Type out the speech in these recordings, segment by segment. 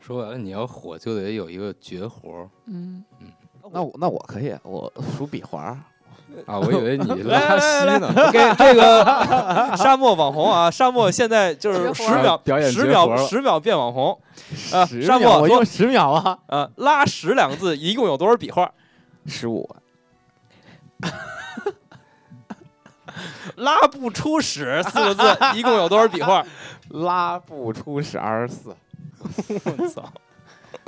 说白了，你要火就得有一个绝活儿嗯，那我那我可以，我数笔划儿。啊！我以为你来拉来稀来呢，来， 给 这个沙漠网红啊，沙漠现在就是绝十活儿秒表演十绝活秒儿十秒变网红啊！十沙秒漠我多用十秒啊，啊，拉屎两个字一共有多少笔画？十五拉不出屎四个 字一共有多少笔画？拉不出屎二十四。我操！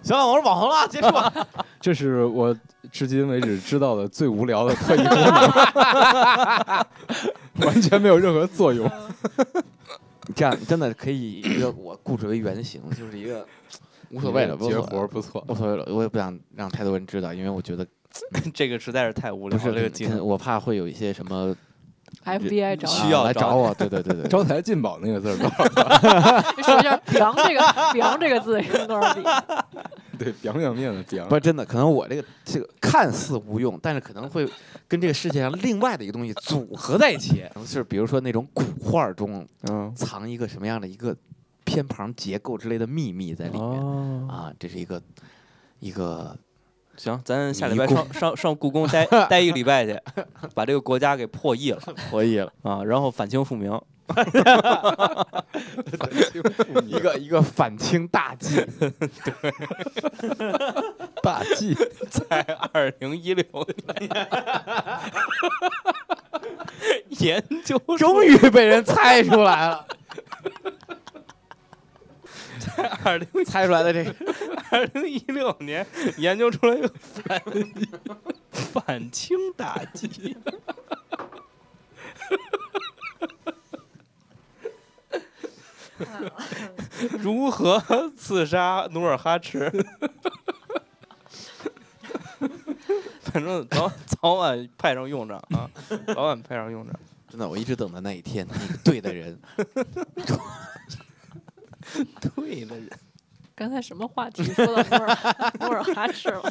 行了，我是网红了，结束吧。 这是我至今为止知道的最无聊的特异功能， 完全没有任何作用。这样真的可以以一个我固执为原型，就是一个无无所谓了，无绝所活谓了儿不错。无所谓了，我也不想让太多人知道，因为我觉得这个实在是太无不聊了，是这个技真的能我怕会有一些什么 FBI 找需啊要来找 找我，对对对对，招财进宝那个字儿吧，你说一下“凉”这个“凉”这个字 是多少笔？对，表表面的表不。是真的，可能我这个这个看似无用，但是可能会跟这个世界上另外的一个东西组合在一起，就是比如说那种古画中嗯，藏一个什么样的一个偏旁结构之类的秘密在里面、哦，啊，这是一个一个行，咱下礼拜迷宫上上上故 宫待待一个礼拜去，把这个国家给破译了可以了，啊，然后反清复明。 哦 一个一个反清大 计，大忌，在二零一六年 研究终于被人猜出来了，二零猜出来的这个二零一六年研究出来一个反 反清大计。如何刺杀努尔哈赤？反正早早晚派上用场啊，早晚派上用场。真的，我一直等到那一天，那个对的人，对的人，刚才什么话题说到努尔努尔哈赤了？